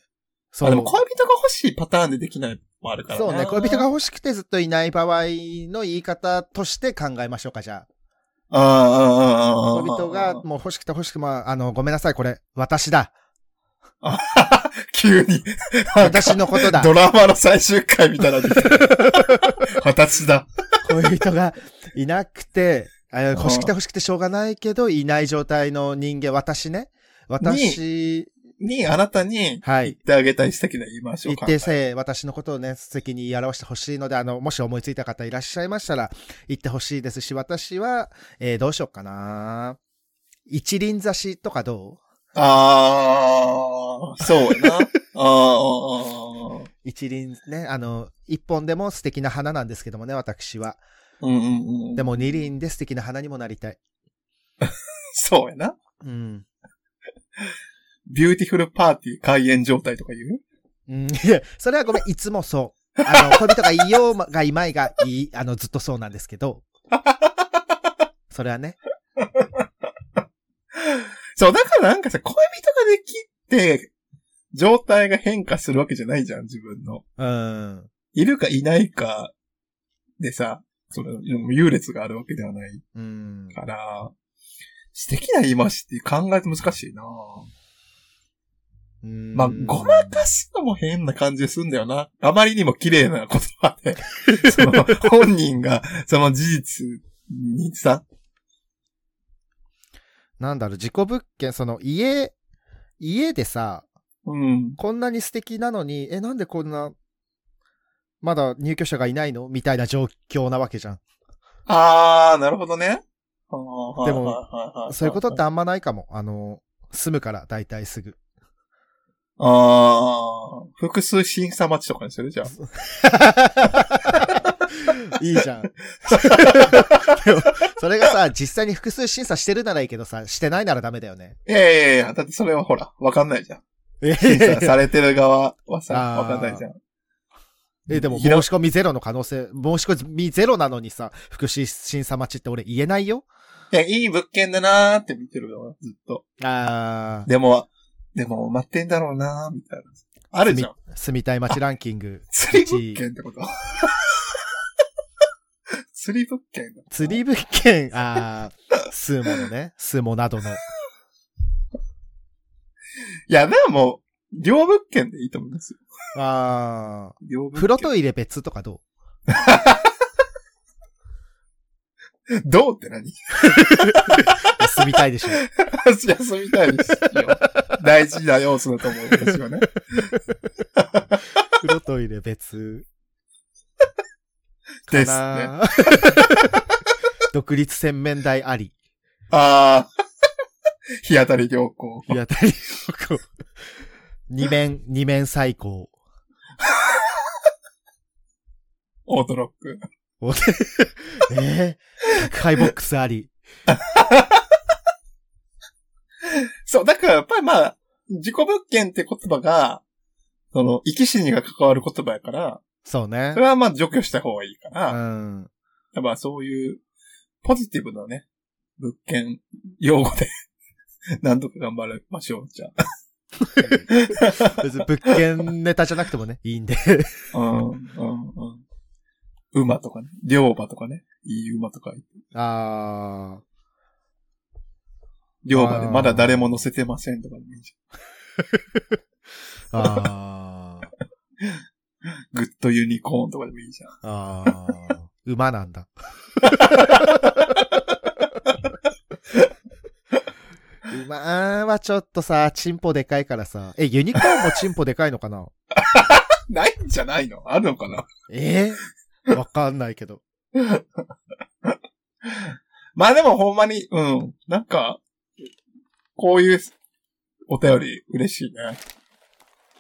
[SPEAKER 3] そ
[SPEAKER 2] あ
[SPEAKER 3] う
[SPEAKER 2] でも恋人が欲しいパターンでできないのもあるから
[SPEAKER 3] そうね。恋人が
[SPEAKER 2] あ
[SPEAKER 3] 欲しくてずっといない場合の言い方として考えましょうか、じゃあ。
[SPEAKER 2] ああああああ
[SPEAKER 3] 恋人がもう欲しくて欲しくて、まあ、あの、ごめんなさい、これ、私だ。
[SPEAKER 2] 急に。
[SPEAKER 3] 私のこと
[SPEAKER 2] [laughs]
[SPEAKER 3] だ。
[SPEAKER 2] ドラマの最終回みたいな。
[SPEAKER 3] [laughs]
[SPEAKER 2] 私だ。
[SPEAKER 3] 恋人がいなくて、あ欲しくて欲しくてしょうがないけど、いない状態の人間、私ね。私、
[SPEAKER 2] に、あなたに
[SPEAKER 3] はい
[SPEAKER 2] 言っ。てあげたい素敵な言い回しを
[SPEAKER 3] 一
[SPEAKER 2] 考え
[SPEAKER 3] 定性、私のことをね、素敵に表してほしいので、あの、もし思いついた方いらっしゃいましたら、言ってほしいですし、私は、えーどうしようかな。一輪差しとかどう
[SPEAKER 2] ああ、そうや
[SPEAKER 3] [laughs]
[SPEAKER 2] な。ああ、
[SPEAKER 3] 一輪、ね、あの、一本でも素敵な花なんですけどもね、私は。
[SPEAKER 2] うんうんうん。
[SPEAKER 3] で、も二輪で素敵な花にもなりたい。
[SPEAKER 2] そうやな。
[SPEAKER 3] うん。
[SPEAKER 2] ビューティフルパーティー開演状態とか言う
[SPEAKER 3] うん、いや、それはごめん、いつもそう。あの、恋人がいようがいまいがいい、あの、ずっとそうなんです
[SPEAKER 2] [laughs]
[SPEAKER 3] けど。それはね。
[SPEAKER 2] そう、だからなんかさ、恋人ができて、状態が変化するわけじゃないじゃん、自分の。
[SPEAKER 3] うん。
[SPEAKER 2] いるかいないかでさ、その優劣があるわけではない
[SPEAKER 3] うん。
[SPEAKER 2] から、素敵な言い回しって考えて難しいなま
[SPEAKER 3] ま
[SPEAKER 2] あ、ごまかすのも変な感じですんだよな。あまりにも綺麗な言葉
[SPEAKER 3] [laughs]
[SPEAKER 2] で、その、本人が、その事実にさ、
[SPEAKER 3] なんだろう、自己物件、その家、家でさ、
[SPEAKER 2] うん。
[SPEAKER 3] こんなに素敵なのに、え、なんでこんな、まだ入居者がいないのみたいな状況なわけじゃん。
[SPEAKER 2] あー、なるほどね。で
[SPEAKER 3] でも
[SPEAKER 2] も
[SPEAKER 3] そういうことってあんまないかも。あの、住むから、だいたいすぐ。
[SPEAKER 2] ああ、複数審査待ちとかにするじゃん。
[SPEAKER 3] [laughs] いいじゃん。でもそれがさ、実際に複数審査してるならいいけどさ、してないならダメだよね。
[SPEAKER 2] いやいやいや、だってそれはほら、わかん [laughs] ないじゃん。
[SPEAKER 3] え
[SPEAKER 2] 審査されてる側はさ、
[SPEAKER 3] あー
[SPEAKER 2] わかんないじゃん。
[SPEAKER 3] え、でも申
[SPEAKER 2] ひら
[SPEAKER 3] し込みゼロの可能性、申し込みゼロなのにさ、福祉審査待ちって俺言えないよ。
[SPEAKER 2] いや、いい物件だなーって見てるよ、ずっと。
[SPEAKER 3] ああ、
[SPEAKER 2] でも、でも待ってんだろうなーみたいな。あるじゃん。
[SPEAKER 3] 住みたい街ランキング。
[SPEAKER 2] 釣り物件ってこと [laughs] 釣り物件
[SPEAKER 3] 釣り物件、ああ、スーモのね、スーモなどの。
[SPEAKER 2] いや、でも、両物件でいいと思いますよ。
[SPEAKER 3] ああ、
[SPEAKER 2] 両物件。
[SPEAKER 3] 風呂トイレ別とかど
[SPEAKER 2] どうって何 [laughs]
[SPEAKER 3] う住みたいでしょ。
[SPEAKER 2] 休みたいですよ。大事な要素だと思う、私はね。
[SPEAKER 3] 風呂トイレ別。
[SPEAKER 2] ですね。
[SPEAKER 3] なー [laughs] 独立洗面台あり。
[SPEAKER 2] ああ。日当たり良好。
[SPEAKER 3] 日当たり良好二面、二面最高。
[SPEAKER 2] オートロック。
[SPEAKER 3] お [laughs] えー、宅配ボックスあり。
[SPEAKER 2] そう、だからやっぱりまあ、自己物件って言葉が、その、生き死にが関わる言葉やから、
[SPEAKER 3] そうね
[SPEAKER 2] そ。れはまあ除去した方がいいか
[SPEAKER 3] う
[SPEAKER 2] ら、
[SPEAKER 3] ん。
[SPEAKER 2] やっぱそういう、ポジティブなね、物件、用語で、 [laughs] なんとか頑張りましょう、じゃ
[SPEAKER 3] 別に物件ネタじゃなくてもね、いいんで。
[SPEAKER 2] あ。うん、うん、うん。馬とかね、両馬とかね、いい馬とか、
[SPEAKER 3] あ
[SPEAKER 2] 両馬でまだ誰も乗せてませんとかでもいいし、
[SPEAKER 3] ー。あー。
[SPEAKER 2] グッドユニコーンとかでもいいじゃん。
[SPEAKER 3] あー。馬なんだ。馬はちょっとさ、チンポでかいからさ。え、ユニコーンもチンポでかいのかな
[SPEAKER 2] ないんじゃないのあるのかな
[SPEAKER 3] えーわかんないけど。
[SPEAKER 2] まあでもほんまに、うん。なんか、こういうお便り嬉しいね。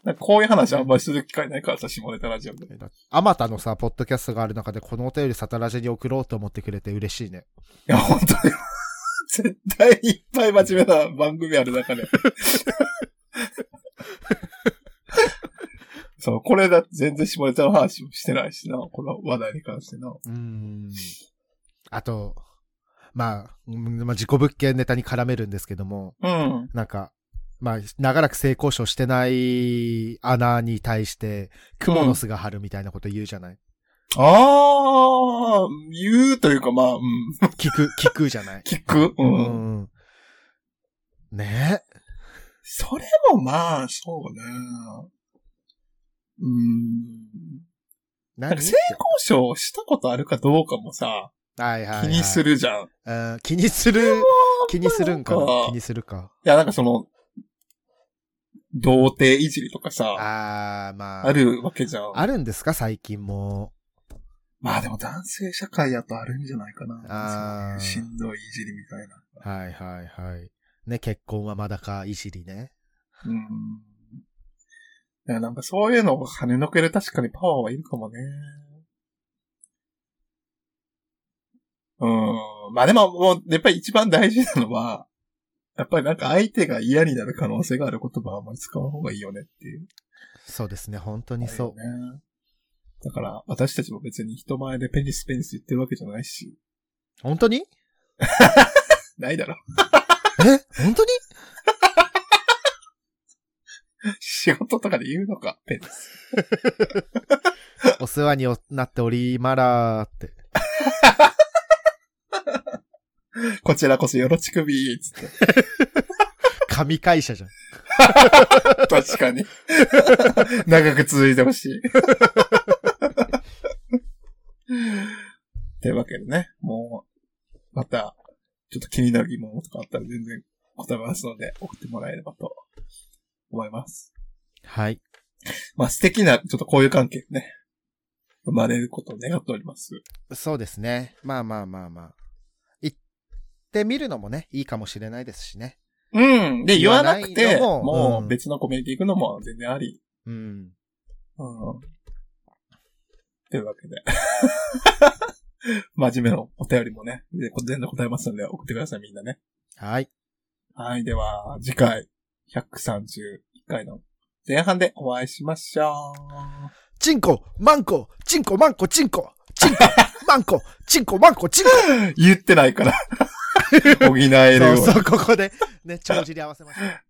[SPEAKER 2] なんかこういう話あんまりする機会ないからさ、下ネタラジオで。
[SPEAKER 3] あまたのさ、ポッドキャストがある中で、このお便りサタラジェに送ろうと思ってくれて嬉しいね。
[SPEAKER 2] いや、本当に。 [laughs] 絶対いっぱい真面目な番組ある中
[SPEAKER 3] [laughs]
[SPEAKER 2] で。そう、これだって全然下ネタの話もしてないしな、この話題に関してな。
[SPEAKER 3] うーん。あと、まあ、うんまあ、自己物件ネタに絡めるんですけども、
[SPEAKER 2] うん。
[SPEAKER 3] なんか、まあ、長らく性交渉してない穴に対して、クモの巣が張るみたいなこと言うじゃない、
[SPEAKER 2] ああ、言うというか、まあ、うん。[laughs]
[SPEAKER 3] 聞く、聞くじゃない
[SPEAKER 2] 聞く
[SPEAKER 3] う
[SPEAKER 2] うん
[SPEAKER 3] ん。ねえ。
[SPEAKER 2] それもまあ、そうね。うーん。なん
[SPEAKER 3] 何
[SPEAKER 2] か性交渉したことあるかどうかもさ、
[SPEAKER 3] はいはい、は
[SPEAKER 2] 気
[SPEAKER 3] い。
[SPEAKER 2] にす
[SPEAKER 3] る。
[SPEAKER 2] るじゃん。
[SPEAKER 3] うん、気にする、気にするんかな
[SPEAKER 2] なんか
[SPEAKER 3] 気にするか。
[SPEAKER 2] いや、なんかその、童貞いじりとかさ、
[SPEAKER 3] あー、まあ。
[SPEAKER 2] あるわけじゃん。
[SPEAKER 3] あるんですか最近も。
[SPEAKER 2] まあでも男性社会やとあるんじゃないか
[SPEAKER 3] あ
[SPEAKER 2] な。
[SPEAKER 3] ー
[SPEAKER 2] しんどいいじりみたいな。
[SPEAKER 3] はいはいはい。ね、結婚はまだか、いじりね。
[SPEAKER 2] うん。いや、なんかそういうのを跳ねのける確かにパワーはいるかもね。うん。まあでも、もう、やっぱり一番大事なのは、やっぱりなんか相手が嫌になる可能性がある言葉はあんまり使わん方がいいよねっていう。
[SPEAKER 3] そうですね、本当にそう。
[SPEAKER 2] ね。だから、私たちも別に人前でペニスペニス言ってるわけじゃないし、[laughs]
[SPEAKER 3] 本当に
[SPEAKER 2] ないだろ。 [laughs]
[SPEAKER 3] え本当に
[SPEAKER 2] 仕事とかで言うのか、ペニス。
[SPEAKER 3] お世話になっておりまらーって。
[SPEAKER 2] こちらこそよろしくびーっつって。
[SPEAKER 3] 神会社じゃん。
[SPEAKER 2] [laughs] 確かに。長く続いてほしい。 [laughs] というわけでね、もう、また、ちょっと気になる疑問とかあったら全然答えますので、送ってもらえればと思います。
[SPEAKER 3] はい。
[SPEAKER 2] まあ素敵な、ちょっとこういう関係ね、生まれることを願っております。
[SPEAKER 3] そうですね。まあまあまあまあ。行ってみるのもね、いいかもしれないですしね。
[SPEAKER 2] うん。で、言
[SPEAKER 3] 言
[SPEAKER 2] わ
[SPEAKER 3] わ
[SPEAKER 2] な
[SPEAKER 3] な
[SPEAKER 2] く
[SPEAKER 3] く
[SPEAKER 2] て、
[SPEAKER 3] て
[SPEAKER 2] も
[SPEAKER 3] う
[SPEAKER 2] うん別のコミュニティ行くのも全然あり。
[SPEAKER 3] うん。
[SPEAKER 2] うん。というわけで。 [laughs] 真面目のお便りもね、で全然答えますので送ってください、みんなね。
[SPEAKER 3] はい。
[SPEAKER 2] はい、では、次回、131回の前半でお会いしましょう。
[SPEAKER 3] チンコ、マンコ、チンコ、マンコ、チンコ、チンコ、マンコ、チンコ、マンコ、チンコ。
[SPEAKER 2] 言ってないから。補えるように
[SPEAKER 3] そうそう、ここで、ね、帳尻合わせました。